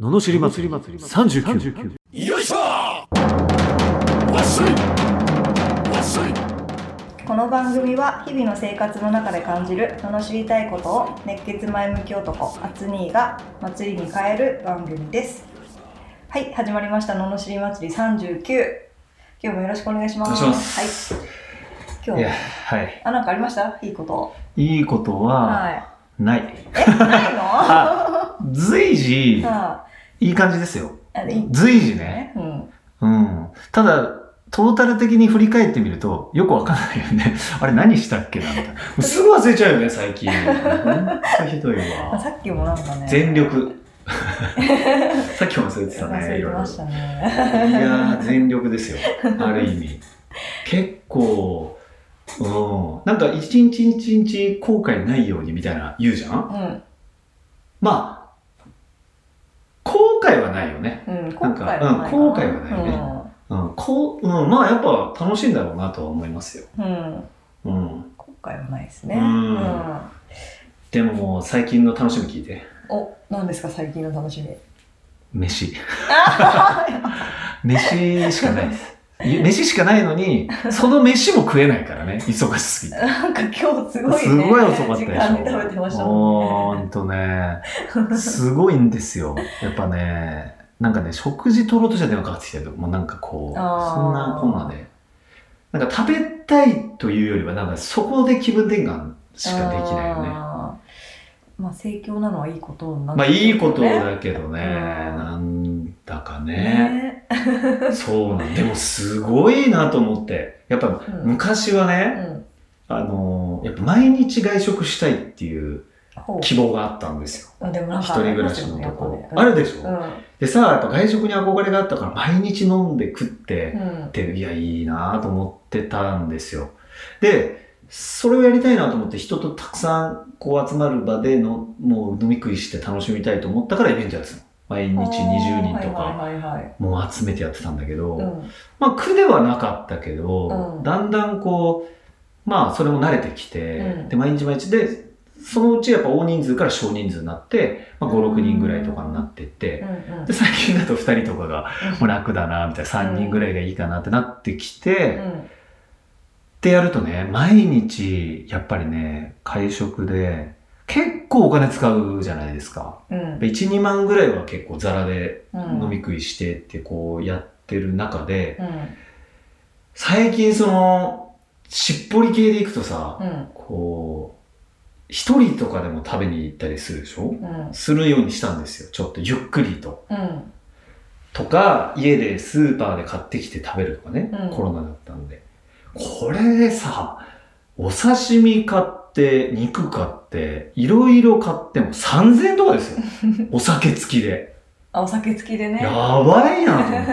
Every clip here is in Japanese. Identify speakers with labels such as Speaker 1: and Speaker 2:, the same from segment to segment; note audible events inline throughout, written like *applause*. Speaker 1: ののしり祭り39
Speaker 2: よいしょわっしょいわっしょい
Speaker 3: この番組は日々の生活の中で感じる罵りたいことを熱血前向き男アツニーが祭りに変える番組ですはい始まりました罵り祭り39今日もよろしくお願いします
Speaker 4: お願いします
Speaker 3: はい
Speaker 4: い
Speaker 3: 今日
Speaker 4: や、
Speaker 3: は
Speaker 4: はい。
Speaker 3: あなんかありましたいいこと
Speaker 4: いいことは、
Speaker 3: は
Speaker 4: ない。
Speaker 3: いえないの *laughs*
Speaker 4: あ、随時、
Speaker 3: あ
Speaker 4: いい感じですよ。
Speaker 3: あいい
Speaker 4: 随時ね。
Speaker 3: ねうん
Speaker 4: うん。ただ、トータル的に振り返ってみると、よくわかんないよね。 *laughs* あれ何したっけなみたいな。もう *laughs* すぐ忘れちゃうよね、最近。ほんとひどい
Speaker 3: あ
Speaker 4: わ。
Speaker 3: さっきもなんかね
Speaker 4: 全力。 *laughs* さっきも忘れてた
Speaker 3: 忘
Speaker 4: ね、
Speaker 3: れ
Speaker 4: い
Speaker 3: て
Speaker 4: ろいろ。
Speaker 3: ま
Speaker 4: い
Speaker 3: したね
Speaker 4: やー、全力ですよ。ある意味。結構、うん。なんか、一日一日後悔ないようにみたいな言うじゃん
Speaker 3: うん
Speaker 4: まあ、後悔はないよね。
Speaker 3: うん後
Speaker 4: なん
Speaker 3: 悔
Speaker 4: か
Speaker 3: はないかな
Speaker 4: うん後悔はないよねうん、こう、うん、まあやっぱ楽しいんだろうなとは思いますよ。
Speaker 3: うん、うん、
Speaker 4: うん。
Speaker 3: 後悔はないですね
Speaker 4: うん
Speaker 3: うん
Speaker 4: でももう最近の楽しみ聞いて。
Speaker 3: お、何ですか最近の楽しみ。 *laughs*
Speaker 4: 飯。飯しかないです。い飯しかないのに、その飯も食えないからね、忙しす
Speaker 3: *laughs*
Speaker 4: ぎて。
Speaker 3: なんか今日すごいね。
Speaker 4: すごい遅かったでしょ。
Speaker 3: 時間に食べてました
Speaker 4: ほ
Speaker 3: もんね。
Speaker 4: んとね。
Speaker 3: *laughs*
Speaker 4: すごいんですよ。やっぱね、なんかね、食事取ろうとしたら電話かかってきたけど、もうなんかこう、
Speaker 3: あー
Speaker 4: そんなこんなで、なんか食べたいというよりは、なんかそこで気分転換しかできないよね。
Speaker 3: あーまあ盛況なのはいいことなん
Speaker 4: まあ
Speaker 3: でし
Speaker 4: い
Speaker 3: ょ
Speaker 4: いう
Speaker 3: け
Speaker 4: こ
Speaker 3: ど
Speaker 4: と
Speaker 3: ね
Speaker 4: だけどね、
Speaker 3: うん
Speaker 4: なんだかね、
Speaker 3: ね。
Speaker 4: そうなんでもすごいなと思って、やっぱ
Speaker 3: うん
Speaker 4: 昔は
Speaker 3: う
Speaker 4: ね、
Speaker 3: ん。
Speaker 4: あのーやっぱ毎日外食したいっていう
Speaker 3: ほう。
Speaker 4: 希望があったんですよ。
Speaker 3: うんでもなん
Speaker 4: 一
Speaker 3: かあ
Speaker 4: 人
Speaker 3: り
Speaker 4: 暮
Speaker 3: ま
Speaker 4: ら
Speaker 3: す
Speaker 4: し
Speaker 3: よ
Speaker 4: の
Speaker 3: ね
Speaker 4: とこ
Speaker 3: やっ。ぱ
Speaker 4: あ
Speaker 3: ね
Speaker 4: るでしょ、でさやっぱ外食に憧れがあったから毎日飲んで食って
Speaker 3: うん。うん
Speaker 4: っ。ていやいいなと思ってたんですよでそれをやりたいなと思って人とたくさんこう集まる場でのもう飲み食いして楽しみたいと思ったからイベントやってたの毎日20人とか
Speaker 3: はいはいはいはい。
Speaker 4: もう集めてやってたんだけど、
Speaker 3: うん。
Speaker 4: まあ苦ではなかったけど、
Speaker 3: うん
Speaker 4: だんだんこうまあそれも慣れてきて、
Speaker 3: うん
Speaker 4: で毎日毎日でそのうちやっぱ大人数から少人数になって、まあ、56人ぐらいとかになってって、
Speaker 3: うんうん
Speaker 4: で最近だと2人とかが
Speaker 3: う
Speaker 4: もう
Speaker 3: ん
Speaker 4: 楽だなみたいな3人ぐらいがいいかなってなってきて、
Speaker 3: う
Speaker 4: っ
Speaker 3: ん。
Speaker 4: てやるとね毎日やっぱりね会食で結構お金使うじゃないですか
Speaker 3: うん。
Speaker 4: 12万ぐらいは結構ザラで
Speaker 3: うん
Speaker 4: 飲み食いしてってこうやってる中で
Speaker 3: うん。
Speaker 4: 最近そのしっぽり系でいくとさ
Speaker 3: うん。
Speaker 4: こう1人とかでも食べに行ったりするでしょ
Speaker 3: うん。
Speaker 4: するようにしたんですよちょっとゆっくりと。
Speaker 3: うん。
Speaker 4: とか、家でスーパーで買ってきて食べるとかね、
Speaker 3: うん
Speaker 4: コロナだったんで。これでさ、お刺身買って、肉買って、いろいろ買っても3000円とか
Speaker 3: *laughs*
Speaker 4: ですよ。お酒付きで。
Speaker 3: あ、お酒付きでね。
Speaker 4: やばいなと思って。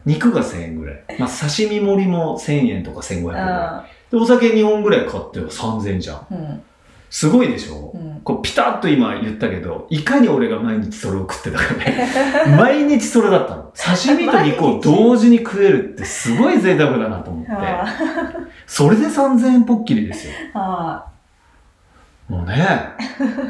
Speaker 3: *laughs*
Speaker 4: 肉が1000円ぐらい。まあ、刺身盛りも1000円とか1500円ぐら
Speaker 3: あ
Speaker 4: い。で、お酒2本ぐらい買っては3000円じゃん。
Speaker 3: ーうん。
Speaker 4: すごいでしょ
Speaker 3: うん。
Speaker 4: こうピタッと今言ったけど、いかに俺が毎日それを食ってたかね。 *laughs* 毎日それだったの。刺身と肉を同時に食えるってすごい贅沢だなと思って。
Speaker 3: あー
Speaker 4: それで3000円ぽっきりですよ。
Speaker 3: あ
Speaker 4: もうね、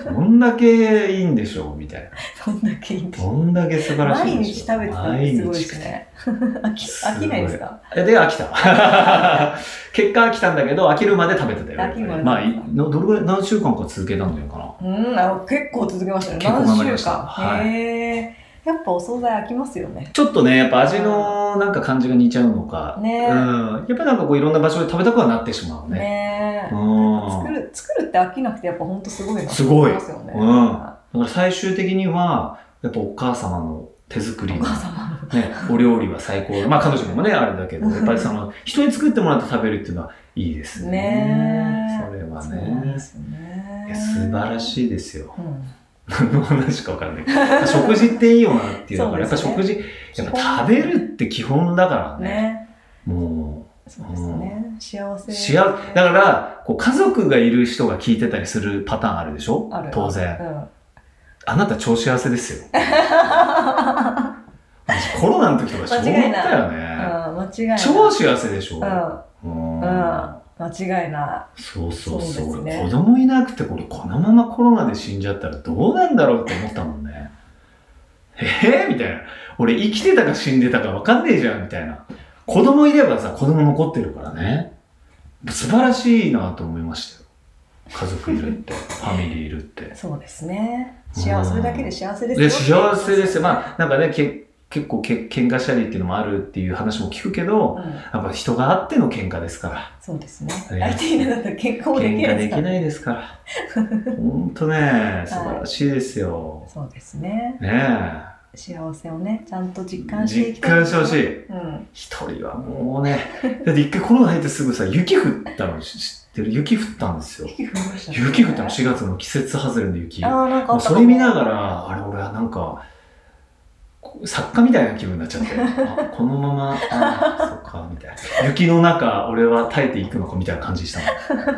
Speaker 4: どんだけいいんでしょうみたいな。
Speaker 3: ー。そんだけいいんです
Speaker 4: どんだけ素晴らしい
Speaker 3: 毎
Speaker 4: んで
Speaker 3: 日
Speaker 4: し
Speaker 3: 食
Speaker 4: ょう
Speaker 3: べてたのってすごいで
Speaker 4: 毎日
Speaker 3: すね。飽き飽きないですか
Speaker 4: えで、飽きた。 *laughs* 結果飽きたんだけど、飽きるまで食べてたよ。
Speaker 3: 飽きるまで
Speaker 4: まあ、いのどれぐらい、何週間か続けたんだよかな。
Speaker 3: うんあ、結構続けましたね。
Speaker 4: 結構頑張り
Speaker 3: 何
Speaker 4: ま
Speaker 3: 週
Speaker 4: し
Speaker 3: 間。
Speaker 4: たはい
Speaker 3: へえ。やっぱお惣菜飽きますよね。
Speaker 4: ちょっとね、やっぱ味のなんか感じが似ちゃうのか、
Speaker 3: ね
Speaker 4: うん、やっぱなんかこういろんな場所で食べたくはなってしまうね。
Speaker 3: ね
Speaker 4: う
Speaker 3: え。
Speaker 4: ん、
Speaker 3: 作る作るって飽きなくてやっぱ本当すごいな。
Speaker 4: すごい
Speaker 3: ますよね。
Speaker 4: うんだから最終的には、やっぱお母様の手作り
Speaker 3: お
Speaker 4: の、
Speaker 3: 母様の。
Speaker 4: ね、お料理は最高。まあ彼女にもね、あれだ
Speaker 3: *laughs*
Speaker 4: けど、やっぱりその人に作ってもらって食べるっていうのはいいですね。
Speaker 3: ねえ
Speaker 4: それは
Speaker 3: そうなん
Speaker 4: ね
Speaker 3: で。すよね
Speaker 4: いや素晴らしいですよ。
Speaker 3: うん
Speaker 4: 何の話かわかんないけど。食事っていいよなっていう。だからやっぱ
Speaker 3: そう
Speaker 4: 食
Speaker 3: で
Speaker 4: 事、やっぱ食べるって基本だからね
Speaker 3: ね
Speaker 4: もう。
Speaker 3: そうですね。幸せ。
Speaker 4: 幸せだからこう家族がいる人が聞いてたりするパターンあるでしょ
Speaker 3: ある
Speaker 4: 当
Speaker 3: う
Speaker 4: 然
Speaker 3: ん
Speaker 4: あなた超幸せです
Speaker 3: *laughs*
Speaker 4: よ私コロナの時とか超思った
Speaker 3: 間違いない
Speaker 4: よ
Speaker 3: う
Speaker 4: ね
Speaker 3: ん。間違いない。
Speaker 4: 超幸せでしょ、
Speaker 3: うん。
Speaker 4: うん
Speaker 3: 間違いな
Speaker 4: そうそうそう
Speaker 3: そうですね
Speaker 4: 子供いなくてこれこのままコロナで死んじゃったらどうなんだろうって思ったもんね *laughs* えみたいな。俺生きてたか死んでたか分かんねえじゃんみたいな。子供いればさ、子供残ってるからね。素晴らしいなと思いましたよ。家族いるって、ファミリーいるって。
Speaker 3: そうですね。幸せそれだけで幸せです。
Speaker 4: で幸せですすよ。まあ、なんかね、け結構け喧嘩したりっていうのもあるっていう話も聞くけ
Speaker 3: う
Speaker 4: ど、
Speaker 3: ん、
Speaker 4: やっぱ人があっての喧嘩ですから。
Speaker 3: そうですね。
Speaker 4: ね
Speaker 3: 相手いなかったら結婚もで
Speaker 4: 喧
Speaker 3: きな
Speaker 4: 嘩
Speaker 3: いで
Speaker 4: です
Speaker 3: か
Speaker 4: き
Speaker 3: ら。
Speaker 4: ないですか
Speaker 3: *laughs*
Speaker 4: ら。ほんとね、素晴らしいですよ。
Speaker 3: そうですね。
Speaker 4: ね
Speaker 3: 幸せをね、ちゃんと実
Speaker 4: え。
Speaker 3: 感していき
Speaker 4: 実
Speaker 3: たい。
Speaker 4: 感してほし
Speaker 3: い。
Speaker 4: い。
Speaker 3: うん。
Speaker 4: 一人はもう
Speaker 3: *laughs*
Speaker 4: ね、だって一回コロナ入ってすぐさ、雪降ったの知知ってる雪降ったんですよ。
Speaker 3: 雪降りましたね
Speaker 4: 雪降ったの4月の季節外れの雪。
Speaker 3: あ
Speaker 4: も
Speaker 3: あ、なんかあ
Speaker 4: う
Speaker 3: ったか
Speaker 4: そ
Speaker 3: も
Speaker 4: れ見ながら、あれ俺はなんか、こう作家みたいな気分になっちゃっ
Speaker 3: *laughs*
Speaker 4: て、あこのまま、ああ、そっか、みたいな。雪の中、俺は耐えていくのかみたいな感じしたの。
Speaker 3: *laughs*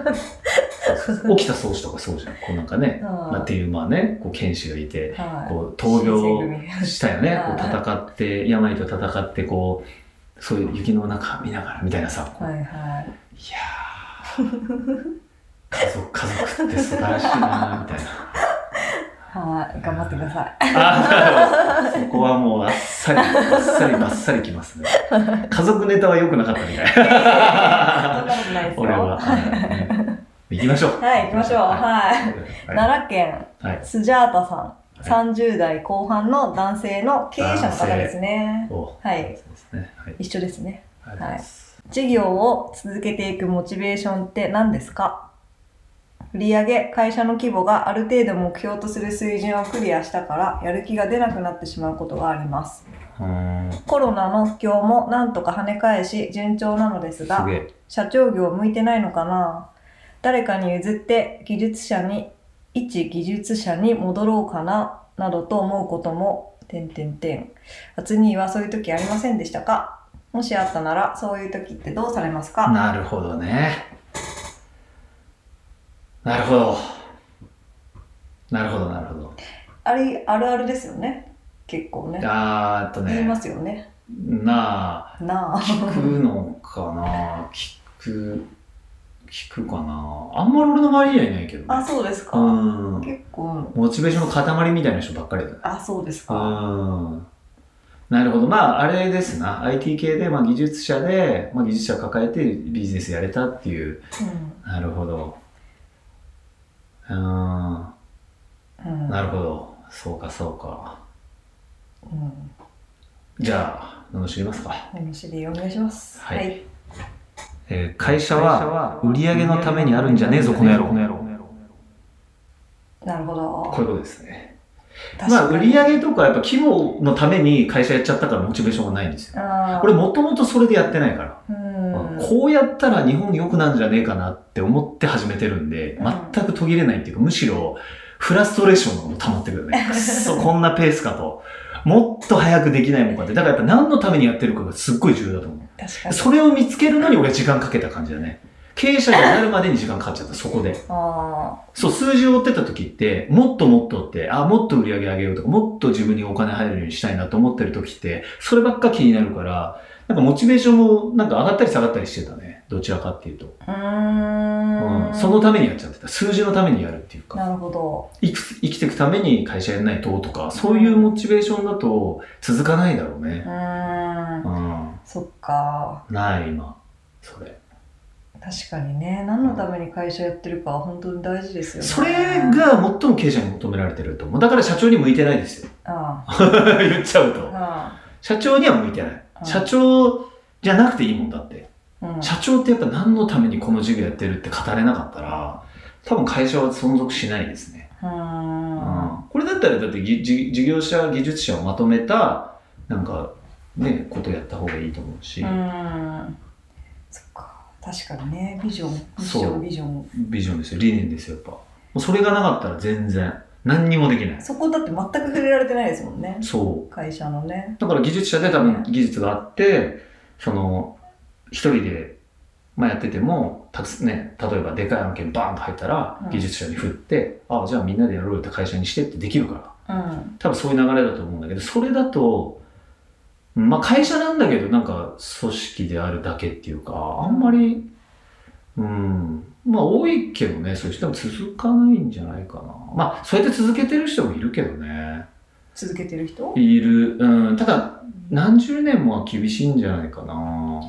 Speaker 4: 起きた喪主とかそうじゃん。こうなんかね、まあ、っていう、まあね、こう、剣士がいて、こう、闘病したよね。こう戦って、病と戦って、こう、そういう雪の中見ながらみたいなさ。こう
Speaker 3: はいはい。
Speaker 4: いやー家族、家族って素晴らしいなーみたい
Speaker 3: *laughs*
Speaker 4: な。
Speaker 3: はい、頑張ってくだ
Speaker 4: *laughs*
Speaker 3: さ
Speaker 4: あーそこはもうあっさり、あっさり、ばっさりきます
Speaker 3: *laughs*
Speaker 4: ね。家族ネタは良くなかったみたい。
Speaker 3: い。そんなことないですよ。
Speaker 4: 俺は。はい行きましょう。
Speaker 3: はい、行きましょう。はい。
Speaker 4: いはい
Speaker 3: 奈良県、
Speaker 4: はい
Speaker 3: スジャータさん、
Speaker 4: は
Speaker 3: 30代後半の男性の経営者の方ですね。
Speaker 4: おう
Speaker 3: はい
Speaker 4: そうですね。はい。
Speaker 3: 一緒ですね。
Speaker 4: ありがとうございます
Speaker 3: 事業を続けていくモチベーションって何ですか売上会社の規模がある程度目標とする水準をクリアしたからやる気が出なくなってしまうことがあります
Speaker 4: うーん。す
Speaker 3: コロナの不況もなんとか跳ね返し順調なのですが
Speaker 4: げえ。
Speaker 3: 社長業向いてないのかな誰かに譲って技術者に一技術者に戻ろうかななどと思うことも点点点あつにはそういう時ありませんでしたかもしあったならそういう時ってどうされますか
Speaker 4: なるほどね。なるほど。なるほど、なるほど。
Speaker 3: あれあるあるですよね結構ね
Speaker 4: あーっと
Speaker 3: 言いま
Speaker 4: ね、
Speaker 3: すよね
Speaker 4: なあ、
Speaker 3: なあ
Speaker 4: 聞くのかな聞く、聞くかなあんまり俺の周りにはいないけど、
Speaker 3: あ
Speaker 4: ね。
Speaker 3: そうです
Speaker 4: う
Speaker 3: か
Speaker 4: ん。
Speaker 3: 結構
Speaker 4: モチベーションの塊みたいな人ばっかりだね。
Speaker 3: あそうですか
Speaker 4: うん。なるほど。まあ、あれですな。IT 系で、まあ、技術者で、まあ、技術者抱えてビジネスやれたっていう。なるほど。うん。
Speaker 3: うんうん
Speaker 4: なるほど。そうか、そうか。
Speaker 3: うん
Speaker 4: じゃあ、罵りますか。
Speaker 3: お知りお願いします
Speaker 4: はい
Speaker 3: はい
Speaker 4: えー会社
Speaker 1: 会社
Speaker 4: は
Speaker 1: は
Speaker 4: 売り上げのためにあるんじゃねえぞ、この野郎。
Speaker 3: なるほ
Speaker 4: こうい
Speaker 3: ど
Speaker 4: うことですね。
Speaker 3: 確
Speaker 4: まあ、
Speaker 3: か
Speaker 4: 売
Speaker 3: に
Speaker 4: り上げとか、やっぱ規模のために会社やっちゃったからモチベーションがないんですよ。
Speaker 3: あー
Speaker 4: 俺、もともとそれでやってないから。
Speaker 3: うん
Speaker 4: こうやったら日本良くなんじゃねえかなって思って始めてるんで、
Speaker 3: うん
Speaker 4: 全く途切れないっていうか、むしろ、フラストレーションがもう溜まってくる
Speaker 3: *laughs*
Speaker 4: ね。くっそ、こんなペースかと。もっと早くできないもんかって。だからやっぱ何のためにやってるかがすっごい重要だと思う。
Speaker 3: 確かに
Speaker 4: それを見つけるのに俺は時間かけた感じだね。経営者になるまでに時間かかっちゃった、そこで。
Speaker 3: あ
Speaker 4: そう、数字を追ってた時って、もっともっとって、あ、もっと売り上げ上げようとか、もっと自分にお金入るようにしたいなと思ってる時って、そればっか気になるから、なんかモチベーションもなんか上がったり下がったりしてたね。どちらかっていうと。
Speaker 3: あうー
Speaker 4: うんん。そのためにやっちゃってた。数字のためにやるっていうか、
Speaker 3: なるほど
Speaker 4: 生き生きていくために会社やんないととか、そういうモチベーションだと続かないだろう
Speaker 3: う
Speaker 4: ね。
Speaker 3: ーん
Speaker 4: うん。
Speaker 3: そっか
Speaker 4: ない、今。それ。
Speaker 3: 確かにね何のために会社やってるかは本当に大事ですよね
Speaker 4: それが最も経営者に求められてると思う。だから社長に向いてないですよ。 *laughs*
Speaker 3: あ
Speaker 4: 言っちゃうと。
Speaker 3: あ
Speaker 4: 社長には向いてない。社長じゃなくていいもんだって。
Speaker 3: ああうん
Speaker 4: 社長ってやっぱ何のためにこの事業やってるって語れなかったら、多分会社は存続しないですね。
Speaker 3: うーん
Speaker 4: うんこれだったらだってぎじ事業者、技術者をまとめた、なんか、ね、ことやった方がいいと思うし、
Speaker 3: うんそっか確かにねビジョンビジ
Speaker 4: そ
Speaker 3: ョ
Speaker 4: う
Speaker 3: ンビジョン
Speaker 4: ビジョンですよ、理念ですよ、やっぱ。もうそれがなかったら全然、何にもできない。
Speaker 3: そこだって全く触れられてないですもんね
Speaker 4: そう。
Speaker 3: 会社のね
Speaker 4: だから技術者で多分技術があって、その、一人で、まあ、やってても、たつね、例えばでかい案件バーンと入ったら
Speaker 3: うん、
Speaker 4: 技術者に振って、ああ、じゃあみんなでやろうよって会社にしてってできるから。
Speaker 3: うん
Speaker 4: 多分そういう流れだと思うんだけど、それだと、まあ会社なんだけど、なんか組織であるだけっていうか、あんまり、うん、まあ多いけどね、そういう人も続かないんじゃないかな。まあそうやって続けてる人もいるけどね。
Speaker 3: 続けてる人
Speaker 4: いる。うん。ただ、何十年もは厳しいんじゃないかな。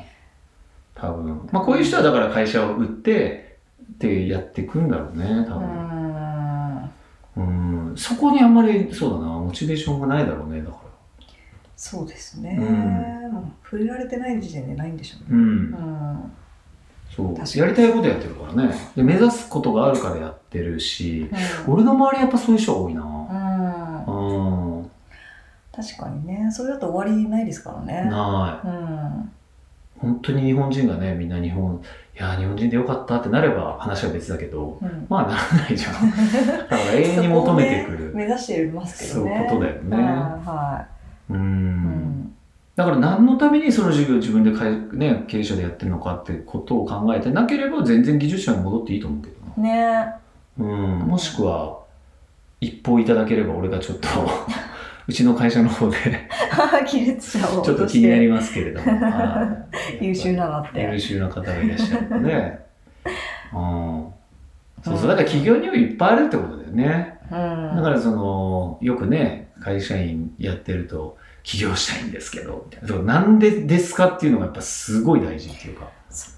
Speaker 4: 多分。まあ、こういう人はだから会社を売って、ってやっていくんだろうね、多分。
Speaker 3: うーん
Speaker 4: うん。そこにあんまり、そうだな、モチベーションがないだろうね、だから。
Speaker 3: そうですね、
Speaker 4: う
Speaker 3: もう触れられてない時点でないんでしょう
Speaker 4: う
Speaker 3: ね、
Speaker 4: ん
Speaker 3: う。ん
Speaker 4: そ
Speaker 3: 確か
Speaker 4: う。
Speaker 3: に
Speaker 4: やりたいことやってるからね。で、目指すことがあるからやってるし、
Speaker 3: うん
Speaker 4: 俺の周りやっぱそういう人が多いな。
Speaker 3: うん
Speaker 4: うん。
Speaker 3: 確かにねそれだと終わりないですからね
Speaker 4: な
Speaker 3: うん
Speaker 4: い。本当に日本人がね、みんな日本、いやー、日本人でよかったってなれば話は別だけど、
Speaker 3: うん
Speaker 4: まあならないじゃん。だから永遠に求めてく
Speaker 3: そこをね
Speaker 4: る。
Speaker 3: 目指してますけ
Speaker 4: そ
Speaker 3: ど
Speaker 4: うい
Speaker 3: ね
Speaker 4: うことだよね。
Speaker 3: は
Speaker 4: う
Speaker 3: いはい、
Speaker 4: ん。だから何のためにその授業を自分でかい、ね、経営者でやってるのかってことを考えてなければ全然技術者に戻っていいと思うけどな。
Speaker 3: うんね *laughs*
Speaker 4: うん。もしくは、一報いただければ俺がちょっと、うちの会社の方で
Speaker 3: 亀裂者を
Speaker 4: ちょっと気になりますけれども。はい
Speaker 3: 優秀だなって
Speaker 4: *laughs* 優秀な方がいらっしゃるので、うん、そう
Speaker 3: う
Speaker 4: そ
Speaker 3: ん
Speaker 4: うだから企業にもいっぱいあるってことだよね
Speaker 3: う
Speaker 4: だか
Speaker 3: ん
Speaker 4: らそのよくね会社員やってると起業したいんですけどみたいなそうなんでですかっていうのがやっぱすごい大事っていうか
Speaker 3: そ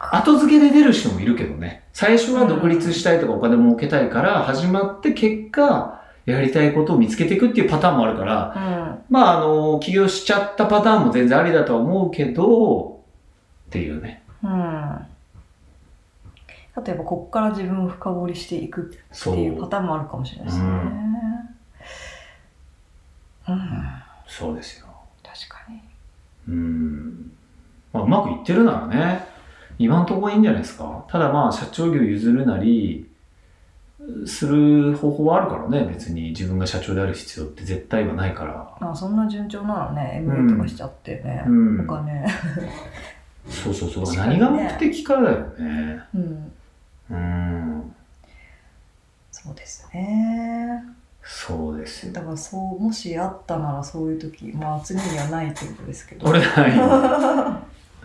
Speaker 4: 後付けで出る人もいるけどね最初は独立したいとかお金儲けたいから始まって結果やりたいことを見つけていくっていうパターンもあるから
Speaker 3: うん
Speaker 4: まあ、あの、起業しちゃったパターンも全然ありだとは思うけど、っていうね。
Speaker 3: うんあとやっぱこっから自分を深掘りしていくって
Speaker 4: そ
Speaker 3: いうパ
Speaker 4: う。
Speaker 3: ターンもあるかもしれないですね
Speaker 4: う
Speaker 3: うん
Speaker 4: そうですよ。
Speaker 3: 確かに
Speaker 4: うん。まあ、うまくいってるならね、今んとこいいんじゃないですか。ただまあ、社長業譲るなり、する方法はあるからね、別に自分が社長である必要って絶対はないから。
Speaker 3: あそんな順調ならね MA とかしちゃってね、
Speaker 4: うん
Speaker 3: お。金
Speaker 4: そうそうそう。
Speaker 3: 確かに
Speaker 4: 何
Speaker 3: ね
Speaker 4: が目的かだよね。
Speaker 3: うん
Speaker 4: うん。
Speaker 3: そうですね
Speaker 4: そうですよ。
Speaker 3: だからそうもしあったならそういう時まあ次にはないということですけど
Speaker 4: 俺ない。
Speaker 3: *laughs*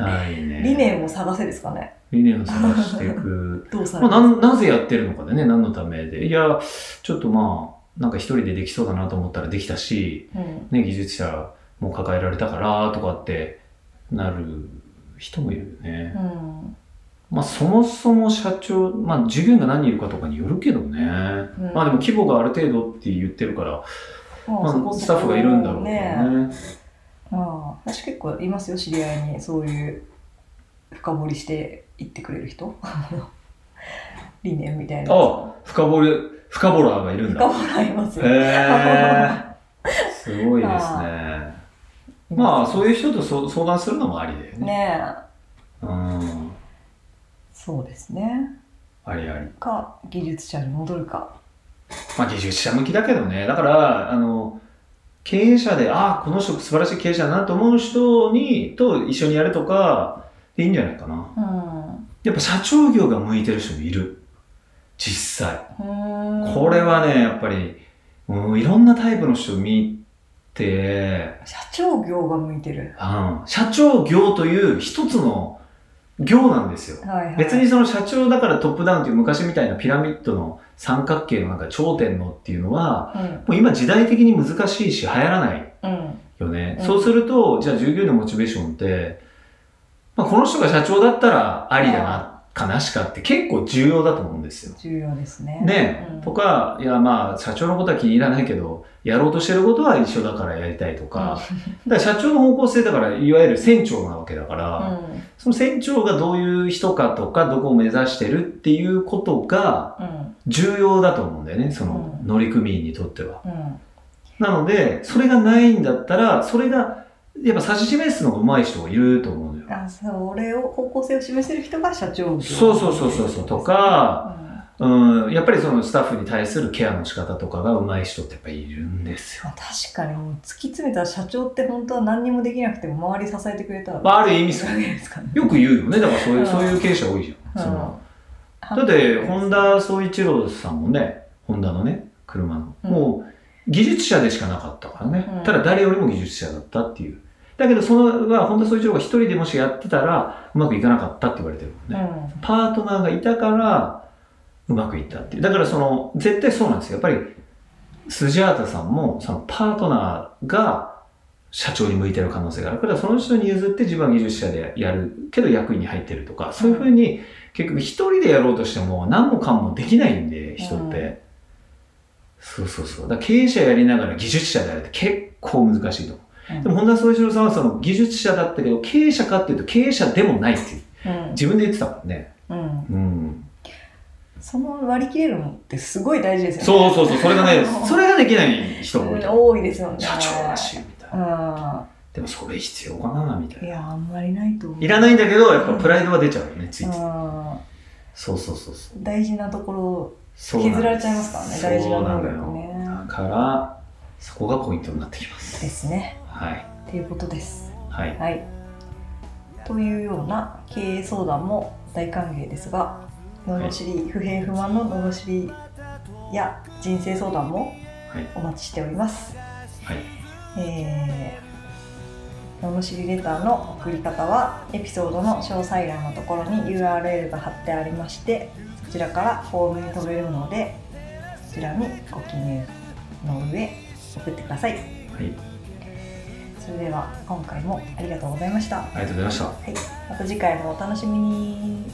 Speaker 4: ないね。
Speaker 3: 理念を探せですかね
Speaker 4: 理念を探してい
Speaker 3: *laughs*
Speaker 4: く。
Speaker 3: どうさ
Speaker 4: ま
Speaker 3: れ
Speaker 4: あ、なんなぜやってるのかでね、何のためで。いや、ちょっとまあ、なんか一人でできそうだなと思ったらできたし、
Speaker 3: うん
Speaker 4: ね、技術者も抱えられたからとかってなる人もいるよね。
Speaker 3: うん
Speaker 4: まあ、そもそも社長、まあ、従業員が何人いるかとかによるけどね。
Speaker 3: うん
Speaker 4: まあ、でも規模がある程度って言ってるから、
Speaker 3: まあ
Speaker 4: まあ、
Speaker 3: そこそこ
Speaker 4: スタッフがいるんだろうけど
Speaker 3: ね
Speaker 4: ね。
Speaker 3: ああ私結構いますよ知り合いにそういう深掘りしていってくれる人 *laughs* 理念みたいな
Speaker 4: あ、深掘る、深掘ラーがいるん
Speaker 3: 深
Speaker 4: だ。
Speaker 3: 掘られます
Speaker 4: え
Speaker 3: よ、
Speaker 4: ー、すごいですね。まあ
Speaker 3: う
Speaker 4: そういう人とそ相談するのもありだよね。
Speaker 3: ねえ
Speaker 4: うん。
Speaker 3: そうですね
Speaker 4: ありあり。
Speaker 3: か技術者に戻るか
Speaker 4: まあ技術者向きだけどね。だから、あの、経営者で、ああ、この人素晴らしい経営者だなと思う人に、と一緒にやるとか、でいいんじゃないかな。
Speaker 3: うん
Speaker 4: やっぱ社長業が向いてる人もいる。実際。これはね、やっぱり、うん、いろんなタイプの人を見て、
Speaker 3: 社長業が向いてる
Speaker 4: うん、社長業という一つの業なんですよ。
Speaker 3: はいはい
Speaker 4: 別にその社長だからトップダウンという昔みたいなピラミッドの三角形のなんか頂点のっていうのは、
Speaker 3: うん
Speaker 4: もう今時代的に難しいし流行らない
Speaker 3: うん
Speaker 4: よね。
Speaker 3: うん
Speaker 4: そうすると、じゃあ従業員のモチベーションって、まあ、この人が社長だったらありだな、かなしかって結構重要だと思うんですよ。
Speaker 3: 重要ですね
Speaker 4: ね、
Speaker 3: うん
Speaker 4: とか、いやまあ社長のことは気に入らないけど、やろうとしてることは一緒だからやりたいとか、だから社長の方向性だから、いわゆる船長なわけだから、
Speaker 3: うん
Speaker 4: その船長がどういう人かとか、どこを目指してるっていうことが
Speaker 3: うん
Speaker 4: 重要だと思うんだよね、その
Speaker 3: うん
Speaker 4: 乗組員にとっては。
Speaker 3: うん
Speaker 4: なので、それがないんだったら、それが、やっぱ指し示すのが上手い人がいると思うのよ。
Speaker 3: あそれを方向性を示せる人が社長業
Speaker 4: そうそうそうそうそう、とか、うん、やっぱりそのスタッフに対するケアの仕方とかが上手い人ってやっぱりいるんですよ。
Speaker 3: まあ確かにもう突き詰めたら社長って本当は何にもできなくても周り支えてくれたら、
Speaker 4: まあ、ある意味そ、
Speaker 3: そううですかね。
Speaker 4: よく言うよね、だからそういうう、
Speaker 3: ん
Speaker 4: そういう経営者多いじゃん。そのだっ
Speaker 3: う
Speaker 4: て、
Speaker 3: ん
Speaker 4: 本田宗一郎さんもね、ホンダのね、車の、
Speaker 3: うん
Speaker 4: もう、技術者でしかなかったからね、
Speaker 3: うん
Speaker 4: ただ誰よりも技術者だったっていう。だけど、そのは、本田宗一郎が一人でもしやってたら、うまくいかなかったって言われてるもん
Speaker 3: う
Speaker 4: ね。
Speaker 3: ん
Speaker 4: パートナーがいたから、うまくいったっていう。だから、その、絶対そうなんですよ。やっぱり、スジャータさんも、そのパートナーが社長に向いてる可能性があるから、その人に譲って自分は技術者でやるけど役員に入ってるとか、そういうふうに結局一人でやろうとしても何もかもできないんで、人って。
Speaker 3: う
Speaker 4: そうそうそう。だから経営者やりながら技術者であるって結構難しいと思
Speaker 3: う
Speaker 4: う。
Speaker 3: ん
Speaker 4: でも本田宗一郎さんはその技術者だったけど、経営者かっていうと経営者でもないっていう。
Speaker 3: うん
Speaker 4: 自分で言ってたもんね。
Speaker 3: うん、
Speaker 4: うん。
Speaker 3: その割り切れるのってすごい大事ですよね、
Speaker 4: そうそうそう、それがねそれができない人が多いと思う。
Speaker 3: 多いですよね
Speaker 4: 社長だし、みたいうな。
Speaker 3: ん
Speaker 4: でもそれ必要かな、みたい
Speaker 3: い
Speaker 4: な。
Speaker 3: やあんまりないと思う
Speaker 4: いらないんだけど、やっぱプライドは出ちゃうよね、ついつい。
Speaker 3: う
Speaker 4: そうそうそうそう。
Speaker 3: ん大事なところを
Speaker 4: そうなんです
Speaker 3: 削られちゃいますからね大事な能力
Speaker 4: そう
Speaker 3: ね
Speaker 4: なのよだから、そこがポイントになってきます。
Speaker 3: ですね
Speaker 4: はい。
Speaker 3: っていうことです
Speaker 4: はい。
Speaker 3: はいというような経営相談も大歓迎ですが罵り、不平不満の罵りや人生相談も
Speaker 4: はい
Speaker 3: お待ちしております
Speaker 4: はい。
Speaker 3: えー、罵りレターの送り方はエピソードの詳細欄のところに URL が貼ってありましてそちらからフォームに飛べるのでそちらにご記入の上送ってください
Speaker 4: はい。
Speaker 3: それでは今回もありがとうございました、は
Speaker 4: ありがとうございました。
Speaker 3: い、また次回もお楽しみに